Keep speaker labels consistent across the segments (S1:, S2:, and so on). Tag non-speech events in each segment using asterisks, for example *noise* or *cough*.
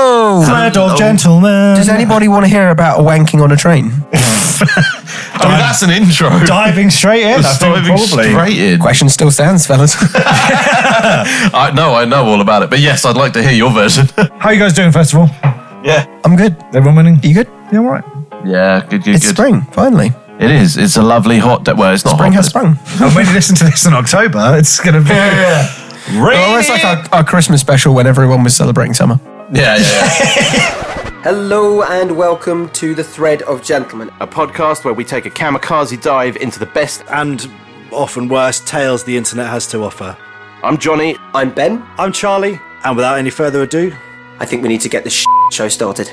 S1: tired of gentlemen.
S2: Does anybody want to hear about a wanking on a train?
S3: I mean, that's an intro.
S1: diving straight in? I
S3: That's
S1: think
S3: diving
S1: probably.
S3: straight in.
S2: Question still stands, fellas. *laughs*
S3: I know, I know all about it. But yes, I'd like to hear your version. *laughs*
S1: How you guys doing, first of all?
S3: yeah.
S2: I'm good.
S1: Everyone winning?
S2: Are you good?
S1: Yeah, all right.
S3: Yeah, good, good,
S2: It's
S3: good.
S2: spring, finally.
S3: It is. It's a lovely hot day. Well, it's not
S2: Spring
S3: hot.
S2: has
S3: but
S2: sprung.
S1: And when you listen to this in October, it's going to be.
S3: it's Rainy.
S2: Almost Oh, like our, our Christmas special when everyone was celebrating summer.
S3: yeah, yeah, yeah.
S4: Hello and welcome to The Thread of Gentlemen.
S5: a podcast where we take a kamikaze dive into the best.
S6: and often worse tales the internet has to offer.
S5: I'm Johnny.
S4: I'm Ben.
S6: I'm Charlie, and without any further ado,
S4: I think we need to get this show started.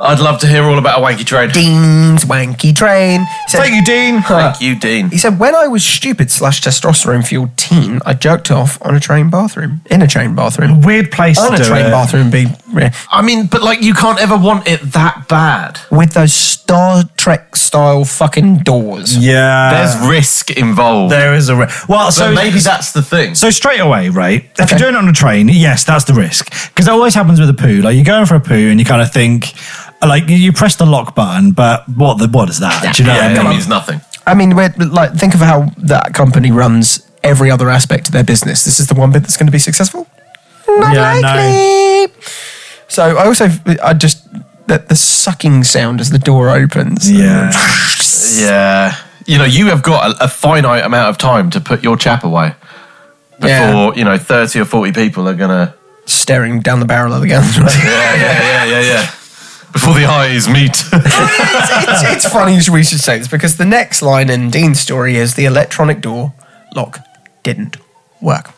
S3: I'd love to hear all about a wanky trade.
S2: Dean's wanky train. He said-
S1: Thank you, Dean.
S3: Thank you, Dean.
S2: He said, when I was stupid slash testosterone fueled teen, I jerked off on a train bathroom. In a train bathroom.
S1: Weird place
S2: On
S1: to
S2: a
S1: do
S2: train
S1: it.
S2: bathroom be yeah.
S3: I mean, but like, you can't ever want it that bad.
S2: with those Star Trek style fucking doors.
S1: Yeah.
S3: There's risk involved.
S1: there is a. Re- well,
S3: so
S1: so
S3: maybe that's the thing.
S1: So straight away, right? If
S2: Okay.
S1: you're doing it on a train, yes, that's the risk because that always happens with a poo. Like you're going for a poo and you kind of think, like you- you press the lock button, but what the what is that? Do you know?
S3: yeah,
S1: what I
S3: it
S1: mean?
S3: means nothing.
S2: I mean, we're, like think of how that company runs every other aspect of their business. This is the one bit that's going to be successful. Not
S1: Yeah, I know.
S2: likely. So I also I just that the sucking sound as the door opens.
S1: Yeah.
S3: Yeah. You know, you have got a, a finite amount of time to put your chap away before,
S2: Yeah.
S3: you know, 30 or 40 people are going to.
S2: *laughs* staring down the barrel of the gun. *laughs*
S3: Yeah, yeah, yeah, yeah, yeah. Before the eyes meet. *laughs*
S2: it's, it's, it's funny we should say this because the next line in Dean's story is the electronic door lock didn't work.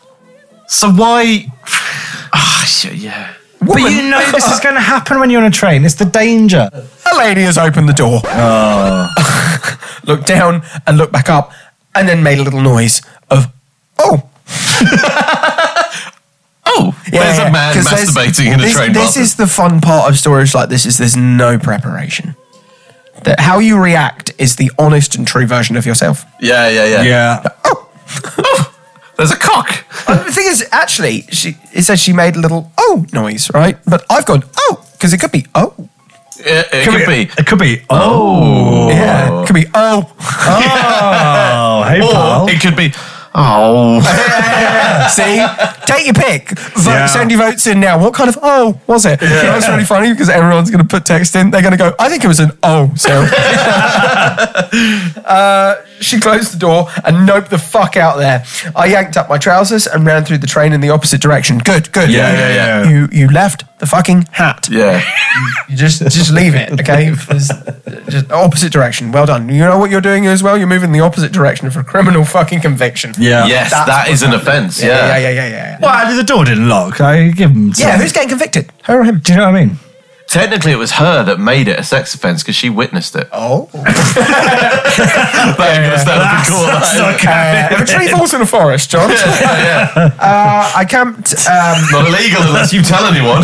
S3: so why. Ah, shit, yeah.
S1: But you
S2: Woman,
S1: know this is going to happen when you're on a train. It's the danger.
S2: a lady has opened the door.
S3: Oh.
S2: *laughs* looked down and looked back up and then made a little noise of, oh.
S3: Oh, there's a man
S2: 'cause there's-
S3: masturbating in a
S2: this,
S3: train
S2: This
S3: bathroom.
S2: is the fun part of stories like this is there's no preparation. That how you react is the honest and true version of
S3: *laughs*
S2: yourself.
S3: yeah, yeah, yeah,
S1: Yeah.
S3: There's a cock.
S2: Uh, the thing is, actually, she it says she made a little oh noise, right? But I've gone oh because it could be oh,
S3: It, it could be.
S1: It could be. Oh.
S2: yeah, it could be oh.
S1: Oh, hey, pal.
S3: Or it could be. Oh.
S2: *laughs* See, take your pick. Vote,
S1: Yeah.
S2: Send your votes in now. What kind of oh was it? That's really funny because everyone's going to put text in. They're going to go. I think it was an oh. So uh, she closed the door and noped the fuck out there. I yanked up my trousers and ran through the train in the opposite direction. Good, good.
S3: Yeah, yeah,
S1: yeah.
S2: You you left the fucking hat.
S3: Yeah.
S2: You just just leave it, okay? Just, just opposite direction. Well done. You know what you're doing as well. You're moving the opposite direction for criminal fucking conviction.
S1: Yeah.
S3: Yes,
S2: That's
S3: that
S2: what
S3: is an offence. Yeah.
S2: yeah, yeah, yeah, yeah. yeah.
S1: Well, the door didn't lock. I give him.
S2: Yeah,
S1: some- Oh,
S2: who's getting convicted? Her or him?
S1: Do you know what I mean?
S3: Technically, it was her that made it a sex offence because she witnessed it.
S2: *laughs* Oh.
S3: *laughs* That ain't gonna stand
S1: Ah,
S3: up in court, that is.
S2: if a *laughs* tree falls in a forest, John. uh, I camped. Um,
S3: Not illegal unless you tell anyone.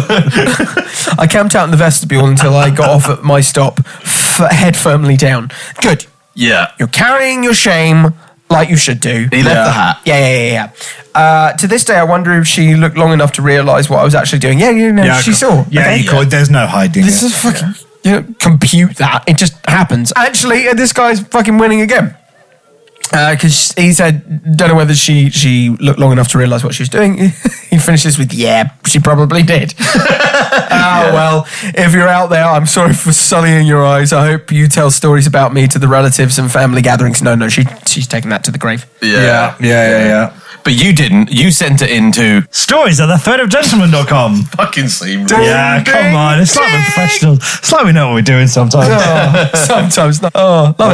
S2: *laughs*
S3: *laughs*
S2: I camped out in the vestibule until I got off at my stop, f- head firmly down. Good.
S3: yeah.
S2: You're carrying your shame like you should do.
S3: He left the hat.
S2: Yeah, yeah, yeah, yeah. Uh, to this day, I wonder if she looked long enough to realise what I was actually doing. Yeah, you know,
S1: Yeah, I
S2: she
S1: got-
S2: saw.
S1: Yeah,
S2: Okay.
S1: you could. There's no hiding.
S2: This
S1: it.
S2: is fucking. You know, compute that. It just happens. Actually, uh, this guy's fucking winning again. Because Uh, he said, don't know whether she she looked long enough to realise what she was doing. *laughs* he finishes with, yeah, she probably did. *laughs* oh, well, if you're out there, I'm sorry for sullying your eyes. I hope you tell stories about me to the relatives and family gatherings. No, no, she she's taken that to the grave.
S1: Yeah, yeah, yeah, yeah.
S3: But you didn't. You sent it into
S1: Stories at the third of gentleman.com.
S3: fucking seam.
S1: Yeah,
S2: Ding,
S1: come
S2: ding,
S1: on. It's like we're
S2: ding.
S1: professionals. It's like we know what we're doing sometimes.
S2: Oh, *laughs* sometimes not. Oh, love
S1: Uh.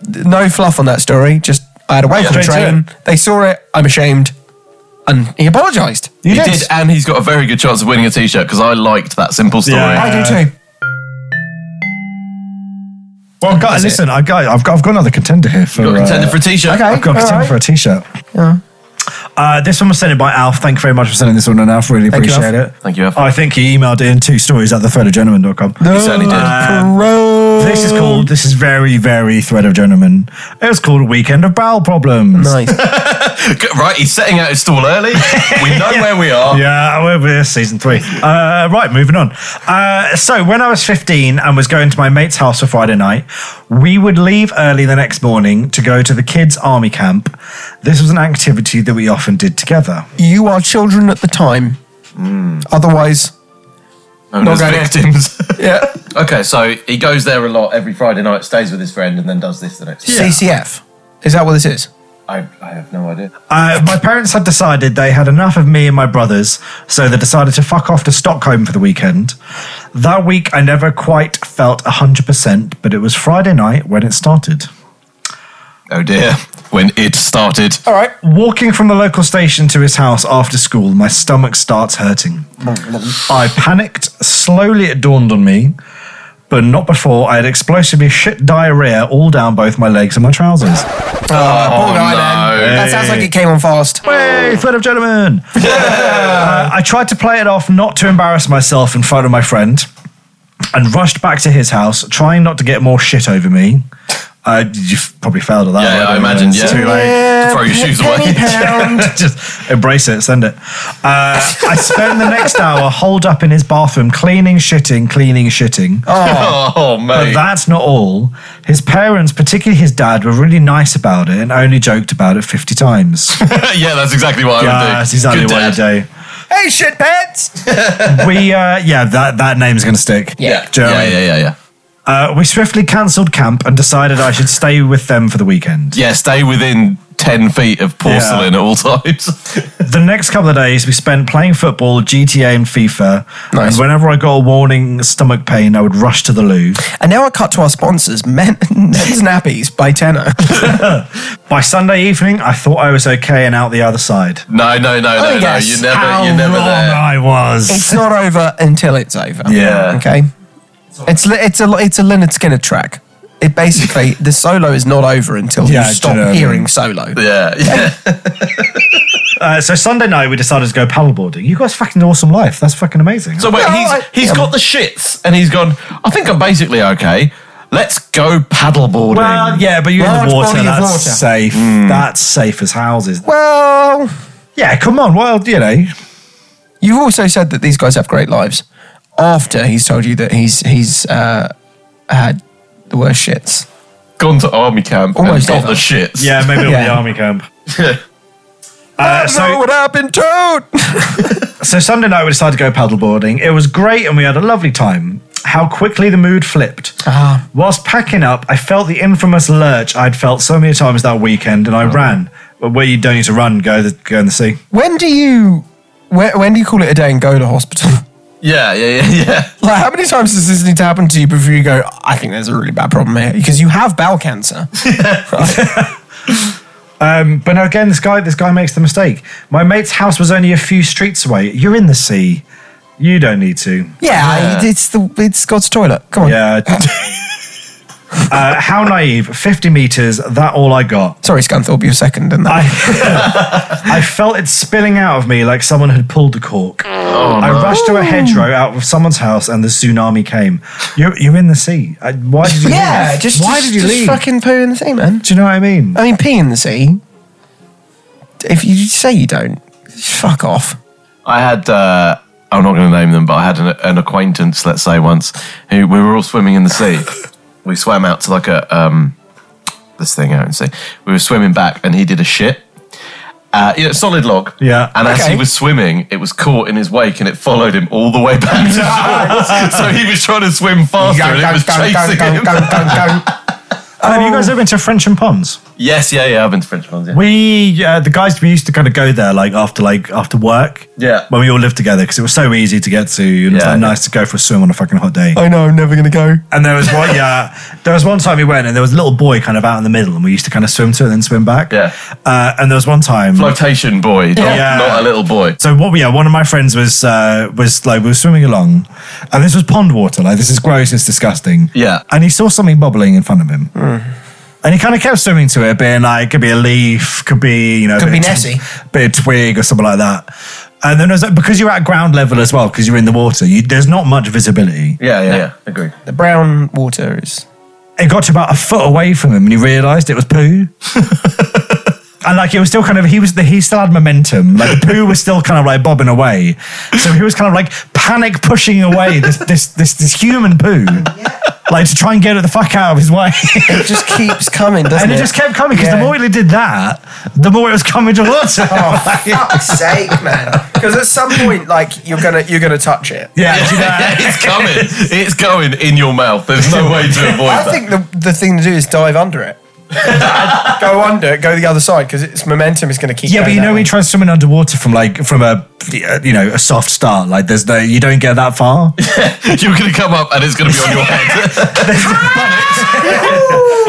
S2: it. That, no fluff on that story. Just I had a wank on the
S1: Straight to
S2: train. They saw it. I'm ashamed, and he apologised.
S1: You
S3: He
S1: did.
S3: did, and he's got a very good chance of winning a T-shirt because I liked that simple story.
S1: Yeah.
S2: I do too.
S1: Well, guys,
S2: it?
S1: listen, I got, I've got, I've got another contender here for.
S3: Got a contender
S1: uh,
S3: for a T-shirt.
S2: Okay.
S1: I've got a contender
S2: Alright.
S1: for a t-shirt. Uh, this one was sent in by Alf. Thank you very much for sending this one in, Alf. Really
S2: Thank you,
S1: appreciate
S2: Alf.
S1: it.
S3: Thank you, Alf.
S1: I think he emailed it in two stories at the third of gentleman.com.
S3: *laughs* He certainly did.
S1: Um, This is called. This is very, very thread of gentlemen. It's called weekend of bowel problems.
S2: Nice.
S1: *laughs*
S3: right, he's setting out his stall early. We *laughs* know where we are.
S1: Yeah, we're we're season three. Uh, right, moving on. Uh, so, when I was 15 and was going to my mate's house for Friday night, we would leave early the next morning to go to the kids' army camp. This was an activity that we often did together.
S2: you are children at the time.
S1: Hmm.
S2: Otherwise,
S3: Known
S2: Not
S3: as
S2: going in.
S3: victims. *laughs*
S2: yeah.
S3: okay, so he goes there a lot every Friday night, stays with his friend, and then does this the next. day.
S2: CCF. Is that what this is?
S3: I, I have no idea.
S1: Uh, my parents had decided they had enough of me and my brothers, so they decided to fuck off to Stockholm for the weekend. That week, I never quite felt 100%, but it was Friday night when it started.
S3: Oh dear. When it started.
S2: All right.
S1: Walking from the local station to his house after school, my stomach starts hurting. I panicked. Slowly, it dawned on me, but not before I had explosively shit diarrhea all down both my legs and my trousers. Oh,
S2: Poor guy,
S3: Oh, no.
S2: then. That sounds like it came on fast.
S1: Hey, thread of gentlemen! Uh, I tried to play it off not to embarrass myself in front of my friend and rushed back to his house, trying not to get more shit over me. Uh, you've probably failed at that.
S3: Yeah,
S1: right?
S3: I imagine,
S1: It's
S3: yeah.
S1: Too late.
S3: Throw
S2: Uh,
S3: your shoes away.
S1: *laughs* Just embrace it, send it. Uh, I spent the next hour holed up in his bathroom, cleaning, shitting, cleaning, shitting.
S3: *laughs* Oh,
S1: But
S3: mate.
S1: that's not all. His parents, particularly his dad, were really nice about it and only joked about it 50 times.
S3: *laughs* yeah, that's exactly what I would do.
S1: yeah, that's exactly
S3: Oh, Good
S1: what I
S3: dad.
S1: do.
S2: Hey, shit pants!
S1: We, uh, yeah, that, that name's going to stick.
S3: Yeah.
S1: Do you know what
S3: yeah,
S1: I mean?
S3: yeah, yeah, yeah.
S1: Uh, we swiftly cancelled camp and decided I should stay with them for the *laughs* weekend.
S3: Yeah, stay within 10 feet of porcelain at all times. *laughs*
S1: The next couple of days we spent playing football, GTA, and FIFA.
S2: Nice.
S1: And whenever I got a warning stomach pain, I would rush to the loo.
S2: And now I cut to our sponsors, Men- *laughs* Men's Nappies by Tenor.
S1: By Sunday evening, I thought I was okay and out the other side.
S3: No, no, no, no, no.
S2: yes.
S3: You're never,
S1: How
S3: you're never
S1: wrong
S3: there.
S1: I was.
S2: it's not over until it's over.
S3: Yeah.
S2: Okay. It's li- it's a it's a Leonard Skinner track. It basically the solo is not over until
S1: Yeah, do
S2: you
S1: you
S2: stop
S1: know what I
S2: hearing
S1: mean?
S2: solo.
S3: Yeah, *laughs* yeah.
S1: uh, so Sunday night we decided to go paddleboarding. You guys fucking awesome life. That's fucking amazing.
S3: So wait,
S2: No,
S3: he's
S2: I-
S3: he's
S2: yeah.
S3: got the shits and he's gone. I think I'm basically okay. Let's go paddleboarding.
S1: well, uh, yeah, but you're in
S2: Large
S1: the water.
S2: body of
S1: That's
S2: water.
S1: safe. That's safe as houses.
S2: Well,
S1: Hmm. Yeah, come on. Well, you know,
S2: you've also said that these guys have great lives. After he's told you that he's he's uh, had the worst shits.
S3: gone to army camp
S2: Almost
S3: and got
S2: ever.
S3: the shits.
S1: yeah, maybe it'll
S2: Yeah.
S1: be army camp. Uh,
S2: I know what happened, dude.
S1: So Sunday night we decided to go paddleboarding. It was great and we had a lovely time. How quickly the mood flipped.
S2: Ah.
S1: Whilst packing up, I felt the infamous lurch I'd felt so many times that weekend, and I ran. But where you don't need to run, go the, go in the sea.
S2: When do you when, when do you call it a day and go to hospital?
S3: *laughs*
S2: *laughs*
S3: yeah, yeah, yeah, yeah.
S2: Like, how many times does this need to happen to you before you go, I think there's a really bad problem here? Because you have bowel cancer.
S1: Um, but no, again, this guy this guy makes the mistake. My mate's house was only a few streets away. You're in the sea. You don't need to.
S2: Yeah, it's the it's God's toilet. Come on.
S1: Yeah. uh, how naive. 50 meters. That all I got.
S2: Sorry, Scunthorpe, you're second in that.
S1: I, I *laughs* felt it spilling out of me like someone had pulled the cork.
S3: Oh,
S1: I rushed to a hedgerow out of someone's house, and the tsunami came. You're, you're in the sea. I, why did you?
S2: yeah,
S1: leave?
S2: just
S1: why
S2: just-
S1: did you
S2: just
S1: leave?
S2: fucking poo in the sea, man.
S1: Do you know what I mean?
S2: I mean, pee in the sea. If you say you don't, fuck off.
S3: I had. Uh, I'm not going to name them, but I had an, an acquaintance, let's say, once who we were all swimming in
S1: *laughs*
S3: the sea. we swam out to like a um, this thing out in the sea. We were swimming back, and he did a shit. Uh, yeah, solid log.
S1: Yeah.
S3: And as
S2: Okay.
S3: he was swimming, it was caught in his wake, and it followed him all the way back
S1: *laughs*
S3: to shore. so he was trying to swim faster, and it was chasing him. *laughs*
S1: Have you guys ever been to French and Ponds?
S3: Yes, yeah, yeah. I've been to French Ponds. Yeah.
S1: We uh, the guys we used to kind of go there like after like after work.
S3: Yeah.
S1: When we all lived together because it was so easy to get to. And it's
S3: Yeah,
S1: like
S3: yeah.
S1: nice to go for a swim on a fucking hot day.
S2: I know, I'm never going to go.
S1: And there was
S3: *laughs*
S1: one, yeah, there was one time we went, and there was a little boy kind of out in the middle, and we used to kind of swim to it and then swim back.
S3: Yeah.
S1: Uh, and there was one time,
S3: Flotation boy, not,
S1: Yeah.
S3: not a little boy.
S1: So what? Yeah, one of my friends was uh, was like we were swimming along, and this was pond water. Like this is gross. It's disgusting.
S3: Yeah.
S1: and he saw something bubbling in front of him.
S2: Hmm.
S1: And he kind of kept swimming to it, being like, could be a leaf, could be, you know,
S2: Could
S1: bit
S2: be
S1: of tw-
S2: Nessie.
S1: bit of twig or something like that. And then there's like, because you're at ground level as well, because you're in the water, you, there's not much visibility.
S3: Yeah, yeah, yeah. Agree.
S2: The brown water is
S1: it got to about a foot away from him and he realised it
S2: *laughs*
S1: was poo. And like it was still kind of he was the, he still had momentum like the poo was still kind of like bobbing away, so he was kind of like panic pushing away this this this this human poo, like to try and get it the fuck out of his
S2: *laughs*
S1: way.
S2: It just keeps coming, doesn't
S1: and
S2: it?
S1: it just kept coming because
S2: Yeah. Oh,
S1: the more he did that, the more it was coming towards him.
S2: Fuck's sake, man! Because at some point, like you're gonna you're gonna touch it.
S1: *laughs* yeah, do that.
S2: *laughs*
S3: it's coming. It's going in your mouth. There's no way to avoid
S2: I
S3: that.
S2: think the, the thing to do is dive under it. *laughs* go under it, go the other side because its momentum is going to keep.
S1: Yeah, but
S2: going
S1: you
S2: that
S1: know,
S2: way.
S1: he tries swimming underwater from like from a you know a soft start. Like there's no, you don't get that far.
S3: You're going to come up and it's going to be on your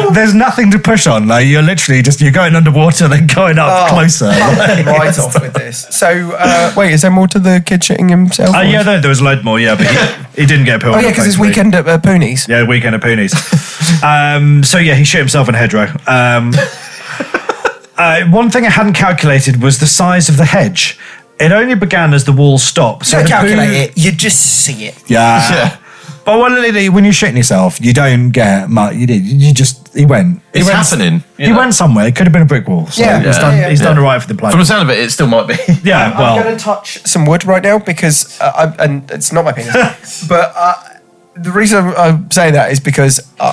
S3: head.
S1: there's nothing to push on. Like you're literally just you're going underwater, then going up
S2: Oh. *laughs*
S1: closer. Like,
S2: right off with this. So uh, wait, is there more to the kid shitting himself?
S1: Oh
S2: or-
S1: yeah, no, there was a load more. Yeah, but he, he didn't get a pill.
S2: Oh yeah, because it's weekend at uh, Poonies.
S1: Yeah, weekend of *laughs* poonies. um, so yeah, he shit himself in a hedgerow.
S2: *laughs*
S1: Um, uh, one thing I hadn't calculated was the size of the hedge. It only began as the wall stopped. So
S2: Don't
S1: the poo-
S2: calculate it. You just see it.
S1: *laughs* *laughs* Yeah.
S3: Yeah.
S1: But well, literally, when you're shitting yourself, you don't get much. You did. You just he went. He
S3: It's
S1: went,
S3: happening, you
S1: He
S3: know.
S1: went somewhere. It could have been a brick wall. So
S2: Yeah.
S1: he's
S2: Yeah,
S1: done.
S2: yeah,
S1: he's
S3: yeah.
S1: done right for the plug.
S3: From the sound of it, it still might be.
S1: *laughs* yeah.
S2: I'm going
S1: Well.
S2: to touch some wood right now because uh, I, and it's not my
S1: *laughs*
S2: penis, but uh, the reason I'm, I'm saying that is because uh,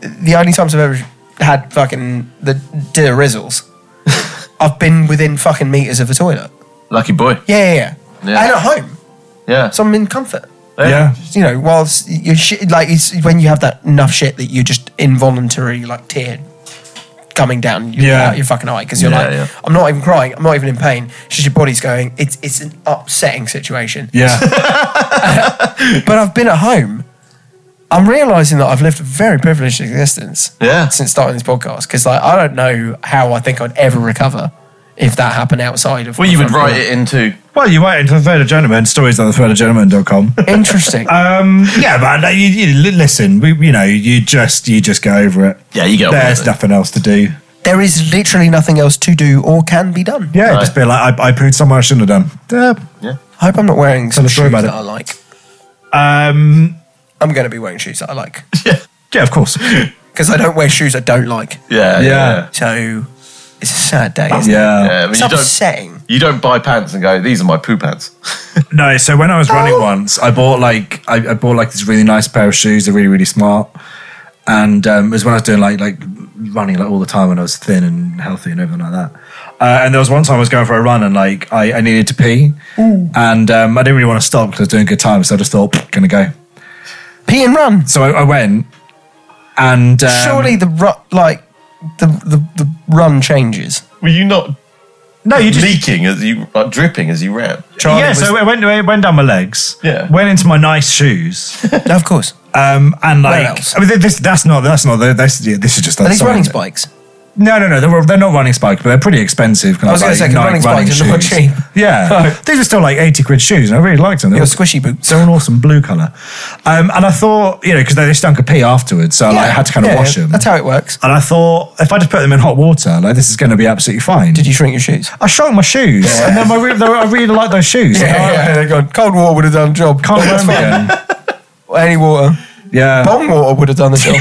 S2: the only times I've ever had fucking the dear
S1: *laughs*
S2: rizzles, I've been within fucking meters of the toilet.
S3: Lucky boy.
S2: Yeah, yeah, yeah.
S3: Yeah.
S2: And at home,
S3: Yeah.
S2: so I'm in comfort.
S1: Yeah.
S2: You know, whilst you shit, like it's when you have that enough shit that you just involuntary like tear coming down your,
S1: Yeah.
S2: out your fucking eye because you're
S3: Yeah,
S2: like,
S3: yeah.
S2: I'm not even crying, I'm not even in pain. It's just your body's going. It's it's an upsetting situation.
S1: Yeah.
S2: But I've been at home. I'm realizing that I've lived a very privileged existence.
S3: Yeah.
S2: Since starting this podcast, because like I don't know how I think I'd ever recover if that happened outside of.
S3: Well,
S2: my
S3: you would
S2: front
S3: write
S2: door.
S3: it into.
S1: *laughs* well, you went into the third of gentleman stories on the third of gentleman.com.
S3: *laughs*
S2: Interesting.
S1: *laughs*
S3: Uh,
S1: Um, yeah, but no, you, you li- listen. We, you know, you just you just go over it.
S3: Yeah, you get on with
S1: There's
S3: it.
S1: nothing else to do.
S2: there is literally nothing else to do or can be done.
S1: Yeah,
S3: Right.
S1: just be like, I, I pooed somewhere I shouldn't have done. Yeah.
S2: I hope I'm not wearing some
S1: us
S2: shoes
S1: more about
S2: that
S1: it.
S2: I like.
S1: Um,
S2: I'm going to be wearing shoes that I like
S1: yeah, of course. *laughs* Yeah,
S2: because I don't wear shoes I don't like.
S3: Yeah. Yeah.
S1: Yeah.
S3: Yeah.
S2: So it's a sad day. Isn't it?
S1: yeah.
S3: I mean,
S2: It's
S3: you don't.
S2: upsetting.
S3: You don't buy pants and go. These are my poo pants. *laughs*
S1: No, so when I was running once, I bought like I, I bought like this really nice pair of shoes. They're really really smart, and um, it was when I was doing like like running like all the time when I was thin and healthy and everything like that. Uh, and there was one time I was going for a run and like I, I needed to pee, and um, I didn't really want to stop because I was doing good time. So I just thought, "Pff, gonna go.
S2: Pee and run.
S1: So I, I went, and um,
S2: Surely the ru- like the, the the run changes.
S3: Were you not
S1: no, you just
S3: leaking as you like dripping as you ran?
S2: Charlie
S1: yeah.
S2: was-
S1: So I went I went down my legs,
S3: Yeah.
S1: went into my nice shoes.
S2: No, of
S1: *laughs*
S2: course.
S1: Um, and
S2: Where
S1: like,
S2: else?
S1: I mean, this that's not that's not this, this is just
S2: Are these
S1: something
S2: running
S1: that-
S2: spikes?
S1: No, no, no. They're, they're not running spikes, but they're pretty expensive. Kind
S2: I was
S1: of
S2: gonna
S1: like
S2: say, 'cause
S1: Nike
S2: running spikes are not
S1: shoes.
S2: cheap.
S1: *laughs*
S2: *laughs*
S1: Yeah, these were still like eighty quid shoes, and I really liked them. They
S2: Your
S1: were-
S2: squishy boots.
S1: They're an awesome blue color, um, and I thought, you know, because they, they stunk a pee afterwards, so I like,
S2: Yeah,
S1: had to kind of
S2: yeah,
S1: wash them.
S2: That's how it works.
S1: and I thought, if I just put them in hot water, like this is going to be absolutely fine.
S2: Did you shrink your shoes?
S1: I shrunk my shoes, and then my re- they were- I really like those shoes.
S2: Yeah,
S1: And I
S2: yeah, yeah. Cold water would have done the job.
S1: Can't wear them again.
S2: Any water.
S1: Yeah.
S2: Bong water would have done the
S1: *laughs*
S2: job.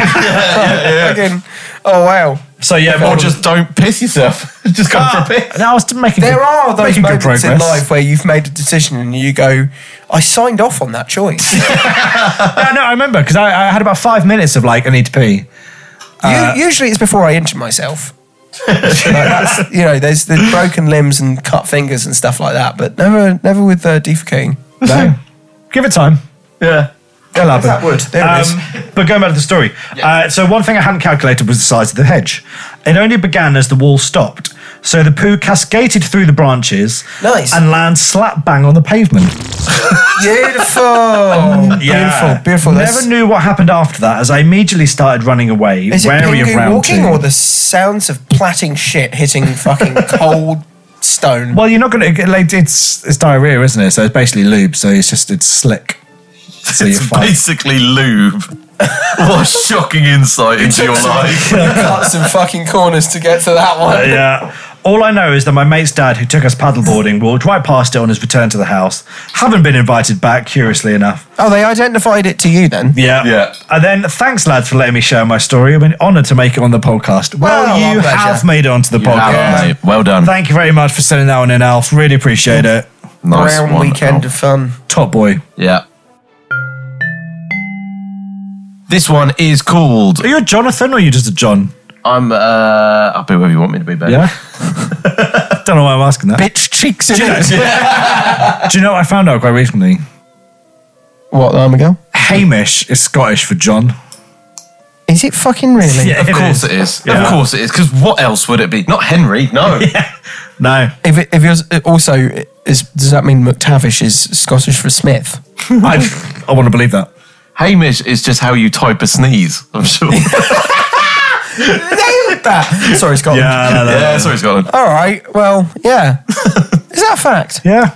S2: Fucking- oh, wow.
S1: So yeah,
S3: Or
S2: *laughs*
S3: just don't piss yourself. *laughs* just go
S1: Ah,
S3: for a
S1: *laughs*
S3: piss.
S1: no, I was making.
S2: There
S1: good-
S2: are those
S1: making good
S2: moments in
S1: progress.
S2: life where you've made a decision and you go, I signed off on that choice.
S1: Yeah, *laughs* no, I remember because I, I had about five minutes of like I need to pee.
S2: U- usually it's before I injure myself. Like, that's- you know, there's the broken limbs and cut fingers and stuff like that, but never, never with uh, defecating.
S1: No, give it time.
S3: Yeah.
S1: It'll happen. Um,
S2: that would. There it is.
S1: But going back to the story, uh, so one thing I hadn't calculated was the size of the hedge. It only began as the wall stopped, so the poo cascaded through the branches,
S2: Nice.
S1: and lands slap bang on the pavement. *laughs*
S2: Beautiful, beautiful, beautiful.
S1: Never
S2: That's-
S1: knew what happened after that, as I immediately started running away,
S2: Is it
S1: wary of
S2: Pingu
S1: round
S2: walking
S1: two.
S2: or the sounds of platting shit hitting
S1: *laughs*
S2: fucking cold stone? *laughs*
S1: well, you're not going to like it's it's diarrhea, isn't it? So it's basically lube. So it's just it's slick. So you're
S3: It's
S1: fine.
S3: basically lube. *laughs* what a shocking insight into your life.
S2: Cut some fucking corners to get to that one.
S1: yeah. All I know is that my mate's dad, who took us paddleboarding, walked right past it on his return to the house. Haven't been invited back, curiously enough.
S2: Oh, they identified it to you then?
S1: Yeah.
S3: Yeah.
S1: And then thanks, lads, for letting me share my story. I've been honoured to make it on the podcast. Well,
S2: Well,
S1: you
S2: our pleasure.
S1: have made it onto the *laughs* podcast.
S3: Wow, mate. Well done.
S1: Thank you very much for sending that one in, Alf. Really appreciate it.
S3: nice
S2: Brown
S3: one,
S2: weekend
S3: Al.
S2: of um, fun.
S1: Top boy.
S3: Yeah. This one is called.
S1: Are you a Jonathan or are you just a John?
S3: I'm. Uh, I'll be wherever you want me to be,
S1: *laughs*
S3: babe.
S1: Don't know why I'm asking *laughs* that.
S2: Bitch cheeks in it.
S1: Do you know what I found out quite recently?
S2: What, Armageddon?
S1: Hamish is Scottish for John.
S2: Is it fucking really?
S1: Yeah.
S3: Of
S1: It
S3: course
S1: is.
S3: it is.
S1: Yeah.
S3: Of course it is. Because what else would it be? Not Henry.
S1: *laughs*
S3: No.
S1: No.
S2: If it, if yours also is, does that mean McTavish is Scottish for Smith?
S1: I, I want to believe that.
S3: Hamish is just how you type a sneeze. I'm sure.
S2: that. Sorry, Scotland.
S1: no, no.
S3: *laughs* yeah. Sorry, Scotland.
S2: All right. Well, *laughs* yeah. is that a fact?
S1: Yeah.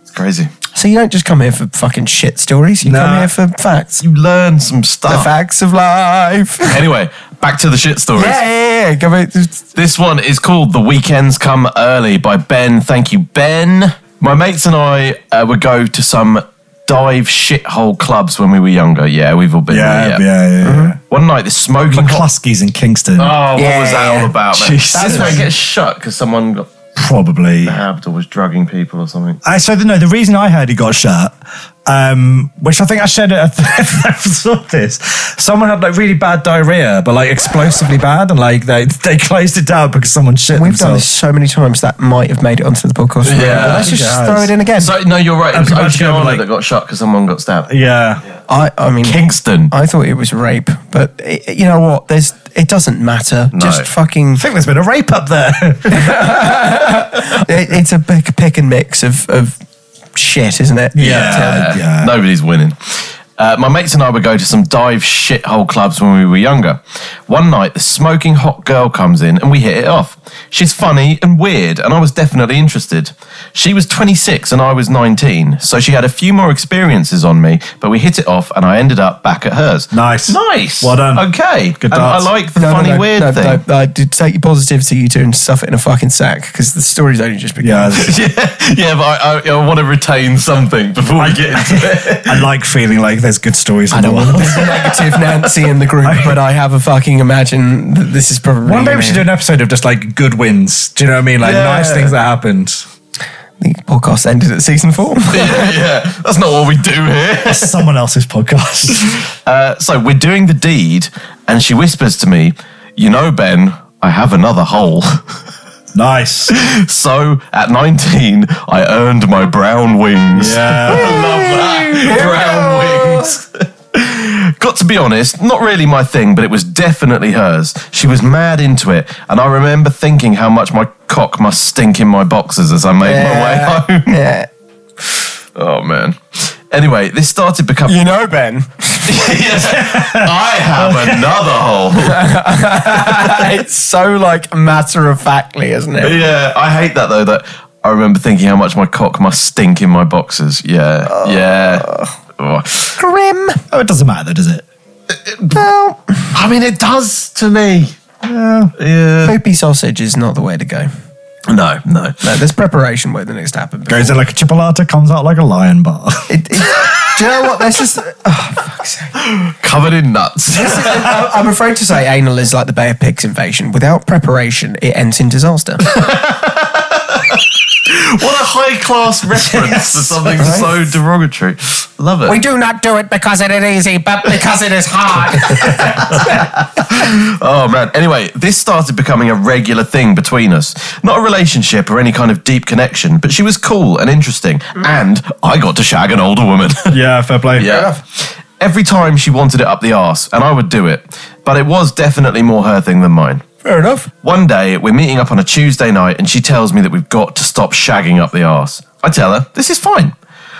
S3: It's crazy.
S2: So you don't just come here for fucking shit stories. You come
S1: Nah.
S2: here for facts.
S3: You learn some
S2: The
S3: stuff.
S2: facts of
S3: *laughs*
S2: life.
S3: Anyway, back to the shit stories.
S2: yeah, yeah, yeah. Come here.
S3: This one is called The Weekends Come Early by Ben. Thank you, Ben. My mates and I uh, would go to some dive shithole clubs when we were younger. Yeah, we've all been
S1: Yeah, yeah,
S3: there.
S1: yeah. yeah.
S3: One night, this
S1: Mm-hmm.
S3: smoking hot.
S1: McCluskey's in Kingston.
S3: Oh, what
S2: Yeah,
S3: was that
S2: yeah.
S3: all about, man?
S1: Jesus.
S3: That's where it gets shut because someone got
S1: Probably.
S3: nabbed or was drugging people or something.
S1: I so the, no, the reason I heard he got shot, um, which I think I shared it. *laughs* I saw this. Someone had like really bad diarrhea, but like explosively bad, and like they they closed it down because someone shit
S2: We've done this
S1: themselves.
S2: so many times that might have made it onto the podcast.
S3: Yeah.
S2: let's just
S1: Yeah,
S2: throw it in again.
S3: So, no, you're right. It was
S1: people actually
S3: Oceana
S1: have, like-
S3: that got shot because someone got stabbed.
S1: Yeah,
S2: I, I mean,
S3: Kingston.
S2: I thought it was rape, but i you know what? There's, it doesn't matter.
S3: No.
S2: Just fucking.
S1: I think there's been a rape up there.
S2: *laughs* It, it's a pick, pick and mix of, of shit, isn't it?
S1: Yeah, yeah.
S3: Nobody's winning. Uh, my mates and I would go to some dive shithole clubs when we were younger. One night, the smoking hot girl comes in and we hit it off. She's funny and weird, and I was definitely interested. She was 26 and I was 19, so she had a few more experiences on me, but we hit it off and I ended up back at hers.
S1: Nice.
S3: Nice.
S1: Well done.
S3: Okay.
S1: Good
S3: And I
S1: darts.
S3: like the funny weird
S2: uh, no,
S3: thing. *laughs*
S2: No, I did take your positivity, you two, and stuff it in a fucking sack because the story's only just
S1: yeah.
S2: begun.
S3: yeah, yeah, but I, I, I want to retain something before we get into it. *laughs*
S1: I like feeling like there's good
S2: *laughs*
S1: stories in the world.
S2: Negative Nancy in the group, but I have a fucking imagine that this is probably
S1: *laughs* One day we should do an episode of just like good wins. Do you know what I mean? Like
S3: Yeah.
S1: nice things that happened.
S2: The podcast ended at season four.
S3: yeah, yeah, that's not what we do here.
S1: Someone else's podcast.
S3: Uh, so we're doing the deed, and she whispers to me, You know, Ben, I have another hole.
S1: *laughs*
S3: *laughs*
S1: nice.
S3: so at 19, I earned my brown wings. *laughs* I
S1: Yeah.
S3: love *laughs* that. brown wings. *laughs* Got to be honest, not really my thing, but it was definitely hers. She was mad into it, and I remember thinking how much my cock must stink in my boxes as I made my way *laughs* home.
S2: yeah.
S3: Oh, man. Anyway, this started becoming.
S2: You know, Ben.
S3: Yes. I have another
S2: *laughs*
S3: hole.
S2: it's so like matter of factly, isn't it?
S3: Yeah, I hate that though. That I remember thinking how much my cock must stink in my boxes. Yeah, yeah. Oh.
S2: Grim.
S1: Oh, it doesn't matter, though, does it?
S2: Well,
S3: I mean, it does to me. Yeah.
S2: poopy sausage is not the way to go.
S3: No, no.
S2: No, there's preparation where the next happen.
S1: Goes in like a chipolata, comes out like a lion bar. *laughs*
S2: It, it, do you know what? That's just. Oh, fuck's sake.
S3: Covered in
S2: *laughs*
S3: nuts.
S2: I- I'm afraid to say anal is like the Bay of Pigs invasion. Without preparation, it ends in *laughs* disaster.
S3: what a high class reference to something so derogatory. Love it.
S2: do not do it because it is easy, but because it is hard.
S3: Oh man. Anyway, this started becoming a regular thing between us. Not a relationship or any kind of deep connection, but she was cool and interesting, and I got to shag an older woman. *laughs*
S1: yeah, fair play.
S3: Yeah. Every time she wanted it up the arse, and I would do it. But it was definitely more her thing than mine.
S2: Fair enough.
S3: One day, we're meeting up on a Tuesday night, and she tells me that we've got to stop shagging up the arse. I tell her, this is fine.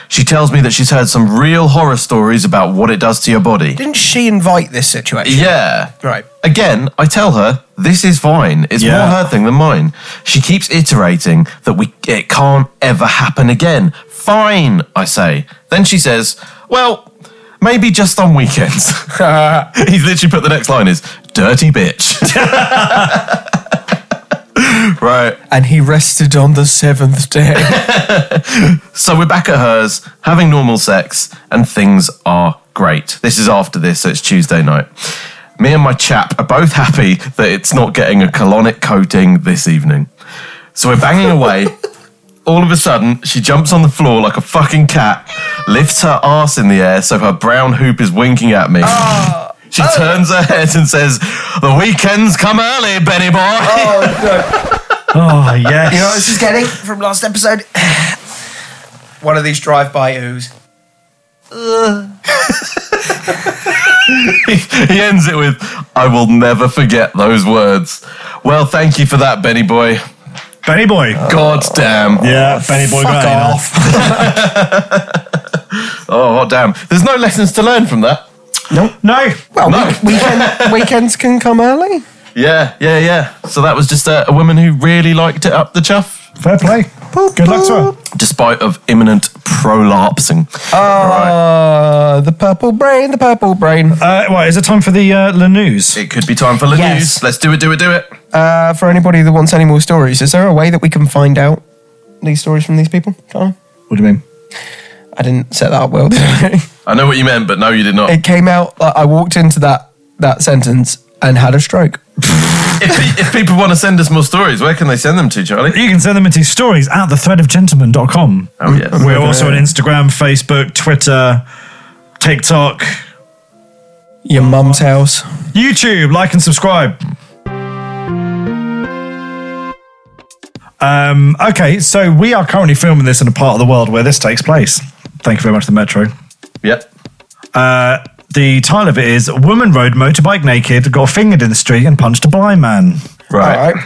S3: She tells me that she's heard some real horror stories about what it does to your body.
S2: Didn't she invite this situation?
S3: Yeah.
S2: Right.
S3: Again, I tell her this is fine. It's
S1: Yeah.
S3: more her thing than mine. She keeps iterating that we it can't ever happen again. Fine, I say. Then she says, "Well, maybe just on weekends." *laughs* He's literally put the next line is "dirty bitch." *laughs* right.
S2: and he rested on the seventh *laughs* day.
S3: So we're back at hers, having normal sex, and things are great. This is after this, so it's Tuesday night. Me and my chap are both happy that it's not getting a colonic coating this evening. So we're banging away. All of a sudden, she jumps on the floor like a fucking cat, lifts her ass in the air so her brown hoop is winking at me. She turns her head and says, The weekend's come early, Benny boy.
S1: Oh, yes.
S2: just getting from last episode? *sighs* One of these drive-by oohs.
S3: *laughs* he ends it with, I will never forget those words. Well, thank you for that, Benny boy.
S1: Benny Boy.
S3: God damn.
S1: yeah, Benny Boy got anal.
S3: Oh, hot damn. There's no lessons to learn from that.
S1: No.
S2: Well,
S3: No.
S2: week- weekend, weekends can come early.
S3: Yeah, yeah, yeah. So that was just uh, a woman who really liked it up the chuff,
S1: Fair play. Good luck to her.
S3: despite of imminent prolapsing.
S2: Ah.
S3: Right.
S2: Uh, the purple brain, the purple brain.
S1: Uh, well, is it time for the uh, Le News?
S3: It could be time for the
S2: Yes.
S3: news. Let's do it, do it, do it.
S2: Uh, for anybody that wants any more stories, is there a way that we can find out these stories from these people? Can't
S1: What do you mean?
S2: I? I didn't set that up well, *laughs* did I?
S3: I know what you meant, but no, you did not.
S2: It came out. I I walked into that that sentence and had a stroke.
S3: if, pe- if people want to send us more stories, where can they send them to, Charlie?
S1: You can send them into stories at thethreadofgentleman.com.
S3: Oh, yes.
S1: We're also on Instagram, Facebook, Twitter, TikTok,
S2: Your mum's house.
S1: YouTube. Like and subscribe. Um, okay, so we are currently filming this in a part of the world where this takes place. Thank you very much, the Metro. Uh,
S3: Yep.
S1: The title of it is Woman Rode Motorbike Naked, Got Fingered in the Street, and Punched a Blind Man.
S3: Right.
S2: All right.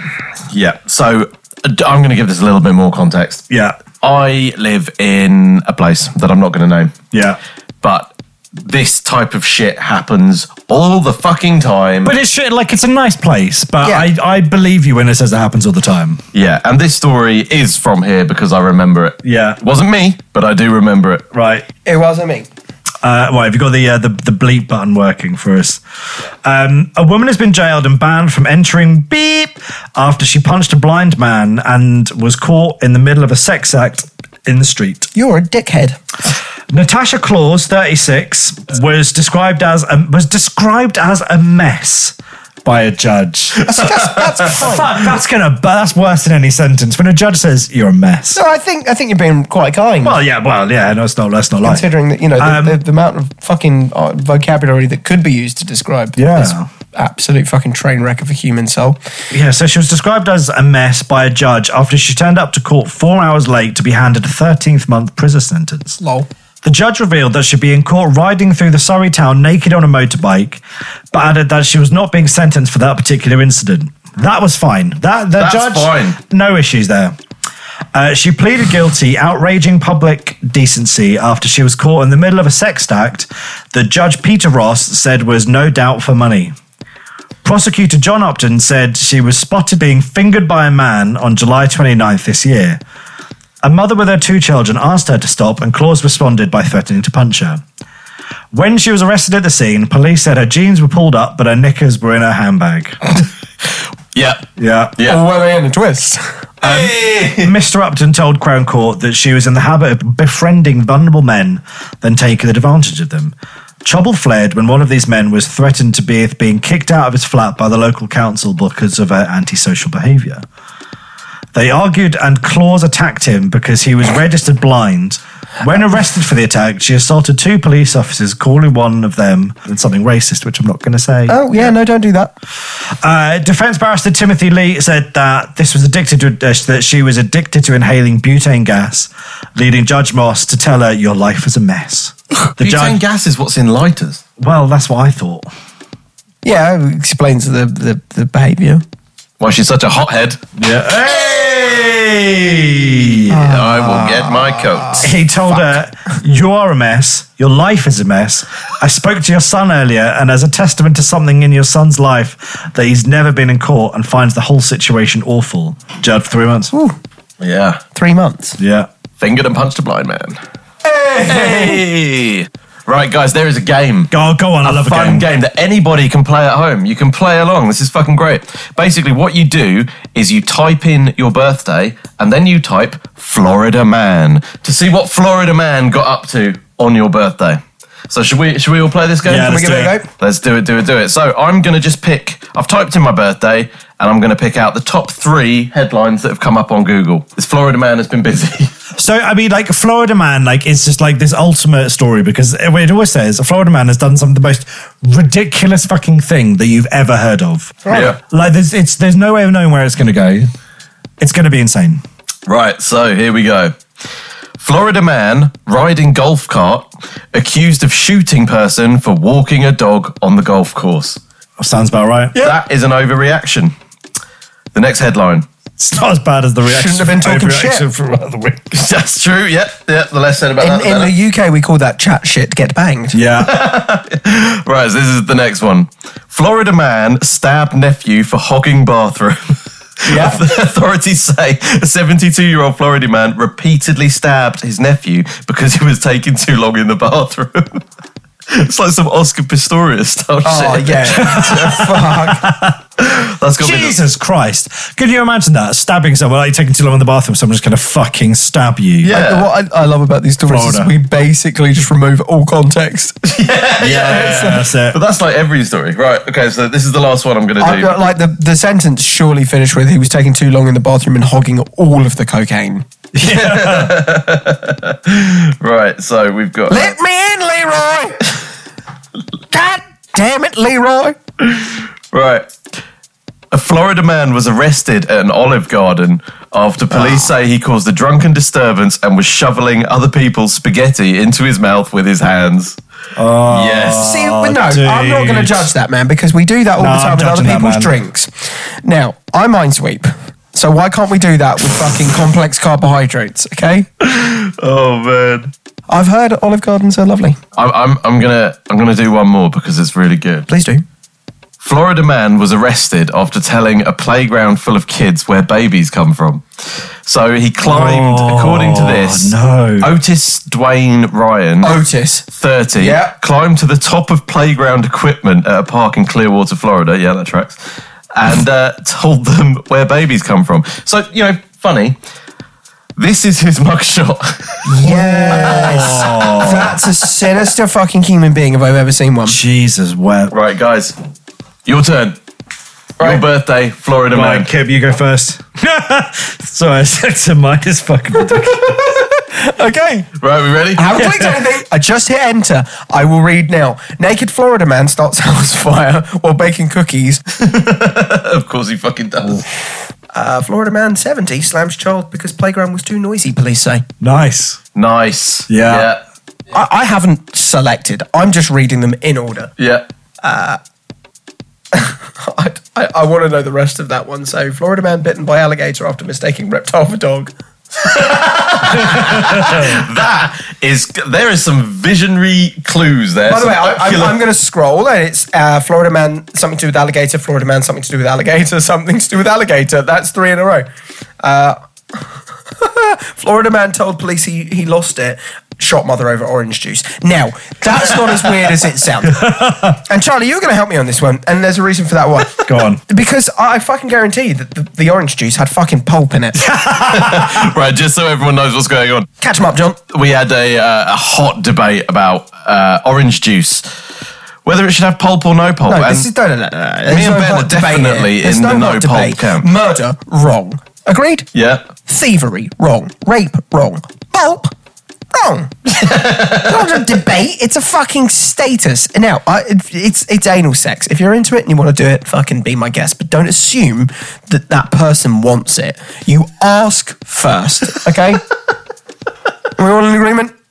S3: Yeah. So uh, d- I'm going to give this a little bit more context.
S1: Yeah.
S3: I live in a place that I'm not going to name,
S1: Yeah.
S3: but this type of shit happens all the fucking time.
S1: But it's shit, like it's a nice place, but
S2: Yeah.
S1: I, I believe you when it says it happens all the time.
S3: yeah, and this story is from here because I remember it.
S1: Yeah.
S3: It wasn't me, but I do remember it.
S1: Right.
S2: It wasn't me.
S1: Uh, right, have you got the, uh, the the bleep button working for us? Um, a woman has been jailed and banned from entering beep after she punched a blind man and was caught in the middle of a sex act in the street.
S2: You're a dickhead.
S1: Natasha Claus, 36, was described as a, was described as a mess by a judge.
S2: That's
S1: *laughs*
S2: fine.
S1: Fuck, that's gonna bu- that's worse than any sentence. When a judge says you're a mess.
S2: So I think I think you're being quite kind.
S1: Well, yeah, well, yeah, no, it's not. That's not like.
S2: considering that you know the,
S1: Um,
S2: the, the amount of fucking uh, vocabulary that could be used to describe
S1: Yeah.
S2: this absolute fucking train wreck of a human soul.
S1: Yeah, so she was described as a mess by a judge after she turned up to court four hours late to be handed a 13th month prison sentence.
S2: Lol.
S1: The judge revealed that she'd been caught riding through the Surrey town naked on a motorbike, but added that she was not being sentenced for that particular incident. That was fine. That the
S3: That's
S1: judge,
S3: fine.
S1: no issues there. Uh, she pleaded guilty, outraging public decency after she was caught in the middle of a sex act that Judge Peter Ross said was no doubt for money. Prosecutor John Upton said she was spotted being fingered by a man on July 29th this year. A mother with her two children asked her to stop, and Claus responded by threatening to punch her. When she was arrested at the scene, police said her jeans were pulled up, but her knickers were in her handbag.
S3: Yeah.
S1: Yeah.
S3: Yeah.
S2: Or were they in a twist?
S1: *laughs* Mr. Upton told Crown Court that she was in the habit of befriending vulnerable men, then taking advantage of them. Trouble flared when one of these men was threatened to be being kicked out of his flat by the local council because of her antisocial behaviour. They argued and Claus attacked him because he was registered blind. When arrested for the attack, she assaulted two police officers, calling one of them something racist, which I'm not going to say.
S2: Oh yeah, no, don't do that.
S1: Uh, Defense barrister Timothy Lee said that this was addicted to uh, that she was addicted to inhaling butane gas, leading Judge Moss to tell her your life is a mess. The
S3: Butane
S1: judge,
S3: gas is what's in lighters.
S1: well, that's what I thought.
S2: Yeah, it explains the the, the behaviour.
S3: Why she's such a hothead.
S1: Yeah.
S3: Hey! I will get my coat.
S1: He told her, "You are a mess. Your life is a mess. I spoke to your son earlier, and as a testament to something in your son's life that he's never been in court and finds the whole situation awful." Judge, three months.
S3: Yeah.
S2: Three months.
S1: Yeah.
S3: Fingered and punched a blind man. Hey! Right, guys, there is a game.
S1: Go, go on, I love a
S3: fun
S1: game.
S3: game. that anybody can play at home. You can play along. This is fucking great. Basically, what you do is you type in your birthday and then you type Florida Man to see what Florida Man got up to on your birthday. So should we should we all play this game?
S1: Yeah,
S3: Can we
S1: let's
S3: give
S1: do
S3: a
S1: it.
S3: go? Let's do it, do it, do it. So I'm gonna just pick I've typed in my birthday and I'm gonna pick out the top three headlines that have come up on Google. This Florida man has been busy. *laughs*
S1: So I mean, like Florida Man, like it's just like this ultimate story because it it always says a Florida Man has done some of the most ridiculous fucking thing that you've ever heard of.
S3: Yeah.
S1: Like there's it's there's no way of knowing where it's going to go. It's going to be insane.
S3: Right, so here we go. Florida man riding golf cart accused of shooting person for walking a dog on the golf course.
S1: Sounds about right. Yeah,
S3: That is an overreaction. The next headline. *laughs*
S1: it's not as bad as the reaction.
S2: Shouldn't have been talking
S1: overreaction
S2: shit.
S1: from other week.
S3: That's true. Yep. Yep. The less said about that,
S2: In,
S3: the
S2: in
S3: better.
S2: the UK, we call that chat shit get banged.
S1: Yeah,
S3: right. So this is the next one. Florida man stabbed nephew for hogging bathroom.
S2: Yeah.
S3: *laughs* Authorities say a 72-year-old Florida man repeatedly stabbed his nephew because he was taking too long in the bathroom. *laughs* it's like some Oscar Pistorius style
S2: Oh,
S3: shit.
S2: yeah.
S1: *laughs*
S2: Fuck.
S3: That's got to
S1: Jesus Christ! Could you imagine that stabbing someone? Like you're taking too long in the bathroom, someone's going to fucking stab you.
S3: Yeah.
S2: Like, what I, I love about these stories is
S1: Florida.
S2: we basically just remove all context.
S1: yeah, that's it.
S3: But that's like every story, right? Okay, so this is the last one I'm going to
S2: I've
S3: do.
S2: got, like the, the sentence surely finished with he was taking too long in the bathroom and hogging all of the cocaine.
S3: right, so we've got.
S2: Let me in, Leroy! God damn it, Leroy!
S3: Right. A Florida man was arrested at an olive garden after police say he caused a drunken disturbance and was shoveling other people's spaghetti into his mouth with his hands. Oh, yes.
S2: See, well, no, I'm not going to
S1: dude.
S2: judge that man because we do that all
S1: No,
S2: the time
S1: I'm
S2: with other
S1: judging that
S2: people's
S1: man.
S2: drinks. Now, I minesweep, so why can't we do that with fucking complex carbohydrates? Okay,
S3: Oh man.
S2: I've heard Olive Gardens are lovely.
S3: I'm, I'm, I'm gonna I'm gonna do one more because it's really good.
S2: Please do.
S3: Florida man was arrested after telling a playground full of kids where babies come from. So he climbed, according to this,
S1: no.
S3: Otis Dwayne Ryan,
S2: Oh, Otis.
S3: 30,
S2: Yeah.
S3: climbed to the top of playground equipment at a park in Clearwater, Florida. Yeah, that tracks. And uh, *laughs* told them where babies come from. So, you know, funny. This is his *laughs* mugshot.
S2: Yes, *laughs* that's a sinister fucking human being if I've ever seen one.
S1: Jesus, where?
S3: right, guys, your turn. Your birthday, Florida
S1: Right,
S3: man.
S1: Kib, you go first. *laughs* Sorry, I said to mine is fucking ridiculous.
S2: Okay.
S3: Right, we ready?
S2: I haven't clicked anything. I just hit enter. I will read now. Naked Florida man starts *laughs* house fire while baking cookies.
S3: of course he fucking does.
S2: Uh, Florida man 70 slams child because playground was too noisy, police say.
S1: nice.
S3: Nice.
S1: Yeah.
S2: I, I haven't selected. I'm just reading them in order. *laughs*
S3: Yeah. yeah.
S2: I, I, I want to know the rest of that one. So, Florida man bitten by alligator after mistaking reptile for dog.
S3: That is, there is some visionary clues there.
S2: By the
S3: Some
S2: way, I, I'm,
S3: ocular-
S2: I'm going to scroll, and it's uh, Florida man something to do with alligator, Florida man something to do with alligator, something to do with alligator. That's three in a row. Uh, Florida man told police he, he lost it, shot mother over orange juice. Now that's not as weird as it sounds. And Charlie, you're going to help me on this one, and there's a reason for that one.
S1: Go on.
S2: Because I fucking guarantee you that the, the orange juice had fucking pulp in it.
S3: *laughs* right, just so everyone knows what's going on.
S2: Catch 'em up, John.
S3: We had a, uh, a hot debate about uh, orange juice, whether it should have pulp or no pulp.
S2: No,
S3: and
S2: this is no, no, no, no, no. There's
S3: Me and
S2: no
S3: Ben
S2: hot
S3: are
S2: debate here.
S3: definitely
S2: There's
S3: in the no
S2: hot
S3: pulp
S2: debate.
S3: camp.
S2: Murder, wrong. Agreed.
S3: yeah,
S2: Thievery, wrong. Rape, wrong. Pulp, wrong. Not a debate. It's a fucking status. Now, I, it- it's it's anal sex. If you're into it and you want to do it, fucking be my guest. But don't assume that that person wants it. You ask first, okay? Are we all in agreement?
S1: *laughs*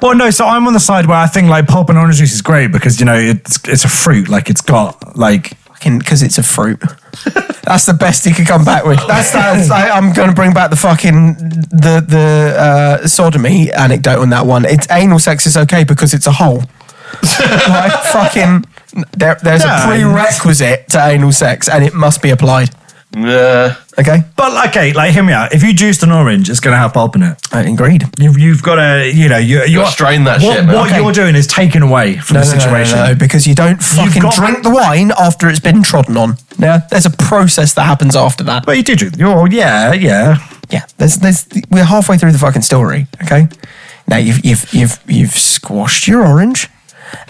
S1: Well, no, so I'm on the side where I think like pulp and orange juice is great because you know it's it's a fruit, like it's got like
S2: because it's a fruit. That's the best he could come back with. That's, that's I, I'm going to bring back the fucking the the uh, sodomy anecdote on that one. It's anal sex is okay because it's a hole. like fucking, there, there's
S1: No.
S2: a prerequisite to anal sex, and it must be applied.
S3: yeah.
S2: Okay,
S1: But okay, like hear me out. If you juiced an orange, it's going to have pulp in it.
S2: uh, agreed.
S1: You, you've got to, you know, you, you're
S3: strain that
S1: what,
S3: shit, man.
S1: What
S3: Okay.
S1: you're doing is taken away from the situation.
S2: because you don't fucking
S1: got-
S2: drink the wine after it's been trodden on. Now, there's a process that happens after that.
S1: But you did drink. You're, yeah, yeah.
S2: Yeah, there's, there's, we're halfway through the fucking story. Okay, now you've you've you've you've squashed your orange,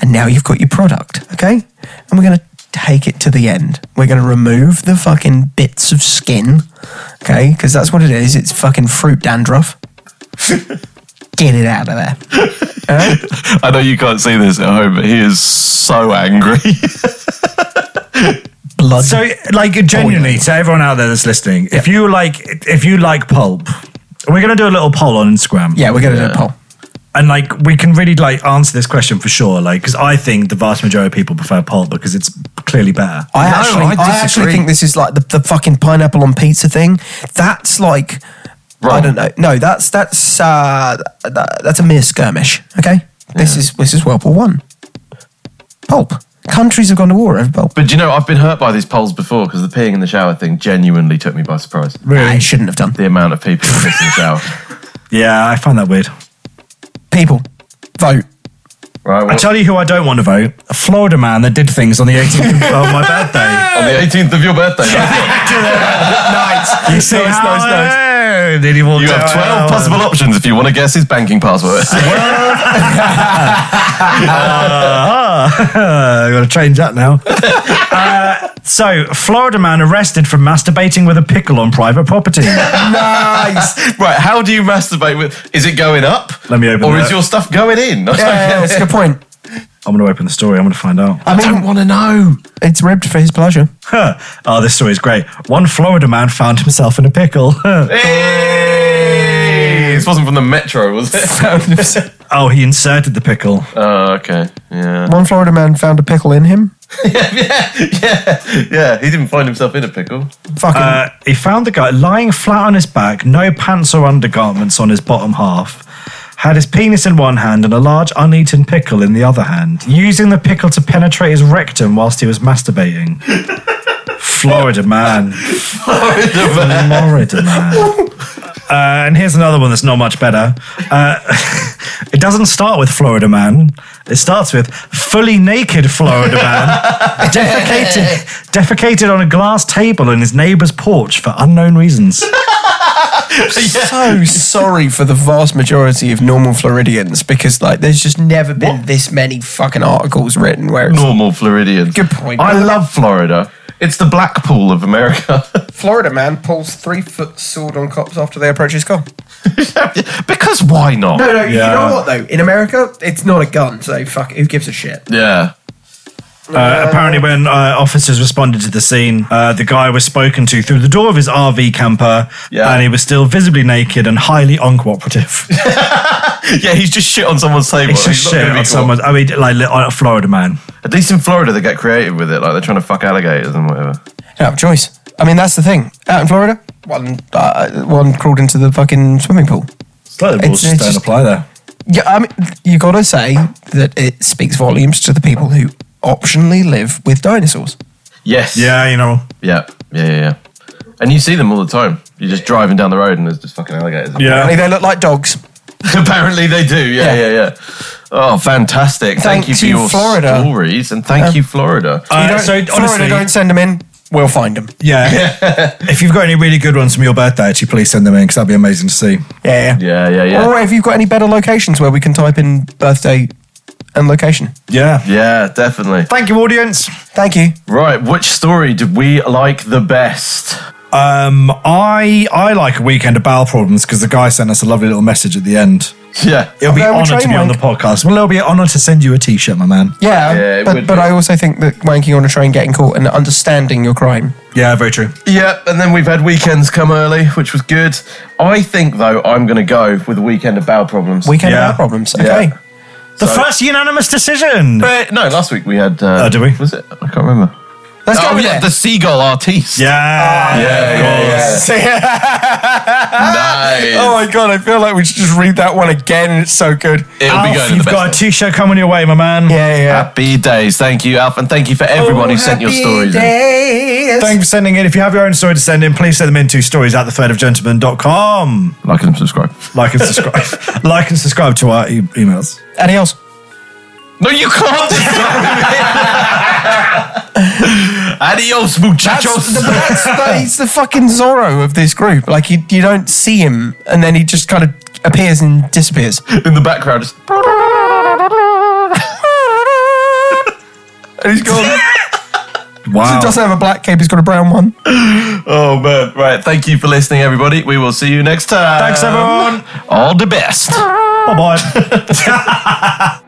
S2: and now you've got your product. Okay, and we're gonna take it to the end. We're gonna remove the fucking bits of skin. Okay, because that's what it is. It's fucking fruit dandruff. Get it out of there.
S3: I know you can't see this at home, but he is
S1: *laughs*
S3: so angry.
S2: Blood.
S1: So, like, genuinely, to everyone out there that's listening, if you like, if you like pulp, we're gonna do a little poll on Instagram.
S2: yeah, we're gonna do a poll.
S1: and like we can really like answer this question for sure. Like, because I think the vast majority of people prefer pulp because it's clearly better.
S2: I
S3: No,
S2: actually, I,
S3: I
S2: actually
S3: disagree.
S2: think this is like the, the fucking pineapple on pizza thing. That's like, I
S3: Wrong.
S2: don't know. No, that's that's uh, that, that's a mere skirmish. Okay, this is this is World War One. Pulp. Countries have gone to war over pulp.
S3: but do you know, I've been hurt by these polls before because the peeing in the shower thing genuinely took me by surprise.
S2: Nah, it shouldn't have done.
S3: The amount of people who piss in the
S1: *laughs*
S3: shower.
S1: Yeah, I find that weird.
S2: People, vote.
S3: Right, well,
S1: I tell you who I don't want to vote: a Florida man that did things on the 18th of my birthday.
S2: *laughs*
S3: on the 18th of your birthday,
S1: You see
S3: Nice,
S1: how
S3: nice, nice.
S1: I- Did he walk
S3: *laughs* you have
S1: down- *laughs*
S3: 12 possible options if you want to guess his banking password.
S1: I gotta change that
S2: *laughs*
S1: now. uh, so, Florida man arrested for masturbating with a pickle on private property.
S2: Nice.
S3: right, how do you masturbate with? Is it going up?
S1: Let me open
S3: Or
S1: that.
S3: is your stuff going in? *laughs* I don't
S2: yeah, that's a good point.
S1: I'm gonna open the story. I'm gonna find out.
S2: I mean,
S3: want to know.
S2: it's ribbed for his pleasure.
S1: Huh. *laughs* Oh, this story is great. One Florida man found himself in a pickle. *laughs* Oh, Huh.
S3: Hey! This wasn't from the Metro, was it?
S1: oh, he inserted the pickle.
S3: *laughs* oh, okay. Yeah.
S2: One Florida man found a pickle in him.
S3: Yeah, he didn't find himself in a pickle.
S2: Fucking
S1: Uh, he found the guy lying flat on his back, no pants or undergarments on his bottom half. Had his penis in one hand and a large uneaten pickle in the other hand, using the pickle to penetrate his rectum whilst he was *laughs* masturbating. Florida man. Florida man. Uh, and here's another one that's not much better. Uh, *laughs* it doesn't start with Florida man. It starts with fully naked Florida man defecated, defecated on a glass table in his neighbour's porch for unknown
S3: *laughs*
S1: reasons.
S2: *laughs* so sorry for the vast majority of normal Floridians because like there's just never been this many fucking articles written where it's
S3: Normal Floridian.
S2: good point.
S3: I love Florida. It's the Blackpool of America. *laughs*
S2: Florida man pulls three foot sword on cops after they approach his car.
S3: because why not?
S2: No, no, you
S1: Yeah.
S2: know what though? In America, it's not a gun, so fuck. Who gives a shit?
S3: Yeah.
S1: Uh, apparently, when uh, officers responded to the scene, uh, the guy was spoken to through the door of his RV camper,
S3: Yeah.
S1: and he was still visibly naked and highly
S3: *laughs*
S1: uncooperative.
S3: Yeah, he's just shit on someone's table.
S1: it's just
S3: He's not gonna
S1: shit
S3: be
S1: on
S3: caught.
S1: someone. I mean, like li- on a Florida man.
S3: At least in Florida, they get creative with it. Like they're trying to fuck alligators and whatever.
S2: You don't have a choice. I mean, that's the thing. Out in Florida, one uh, one crawled into the fucking swimming pool.
S1: Slightly
S2: rules just don't apply
S1: there.
S2: Yeah, I mean, you gotta say that it speaks volumes to the people who optionally live with dinosaurs.
S3: Yes.
S1: Yeah, you know.
S3: Yeah. Yeah. Yeah. yeah. And you see them all the time. You're just driving down the road and there's just fucking alligators.
S2: I
S1: Yeah.
S2: mean, they look like dogs.
S3: *laughs* Apparently they do. Yeah,
S2: Yeah.
S3: yeah, yeah. Oh, fantastic! Thank,
S2: Thank
S3: you for
S2: you,
S3: your
S2: Florida.
S3: stories, and thank you, Florida.
S1: Uh,
S2: You don't,
S1: so
S2: Florida,
S1: honestly,
S2: don't send them in. We'll find them.
S1: *laughs* yeah. if you've got any really good ones from your birthday, actually, please send them in because that'd be amazing to see.
S2: Yeah.
S3: yeah, yeah, yeah,
S2: Or have you got any better locations where we can type in birthday and location?
S1: Yeah.
S3: yeah, definitely.
S1: Thank you, audience.
S2: Thank you.
S3: Right, which story did we like the best? *laughs*
S1: Um, I I like a weekend of bowel problems because the guy sent us a lovely little message at the end.
S3: Yeah,
S1: It'll be
S2: Okay,
S1: an
S2: we'll
S1: honour
S2: train
S1: to be on the
S2: wank.
S1: podcast. Well, it'll be an honour to send you a T-shirt, my man.
S2: Yeah,
S3: Yeah, it
S2: but,
S3: would
S2: but
S3: be.
S2: I also think that wanking on a train, getting caught, and understanding your crime.
S1: Yeah, very true.
S3: yeah. And then we've had weekends come early, which was good. I think though, I'm going to go with the weekend of bowel problems.
S2: Weekend
S1: Yeah.
S2: yeah. problems.
S3: Yeah.
S2: Okay.
S1: The first unanimous decision.
S3: But no, last week we had. Uh,
S1: Oh, did we?
S3: Was it? I can't remember.
S2: Let's go
S3: Oh,
S2: over
S3: yeah,
S2: there.
S3: the seagull artiste.
S1: Yeah. *laughs*
S3: nice.
S2: oh my god, I feel like we should just read that one again. It's so good.
S3: It'll be going
S1: Alf,
S3: to the
S1: you've
S3: best
S1: got a
S3: list.
S1: t shirt coming your way, my man.
S2: Yeah, yeah. yeah.
S3: Happy days. Thank you, Alf, and thank you for everyone who
S2: Oh,
S3: sent your stories. in.
S1: Thank you for sending in. If you have your own story to send in, please send them in to stories at the third of gentleman.com.
S3: Like and subscribe.
S1: Like and subscribe. *laughs* like and subscribe to our e- emails.
S2: Any else?
S3: No, you can't. Adios,
S2: That's,
S3: muchachos. *laughs*
S2: the, that's the, he's the fucking Zorro of this group. Like you, you don't see him, and then he just kind of appears and disappears.
S3: in the background. Just...
S2: And he's gone.
S1: Wow.
S2: He doesn't have a black cape. He's got a brown one.
S3: Oh man! Right. Thank you for listening, everybody. We will see you next time.
S1: Thanks, everyone.
S3: All the best.
S1: Bye bye.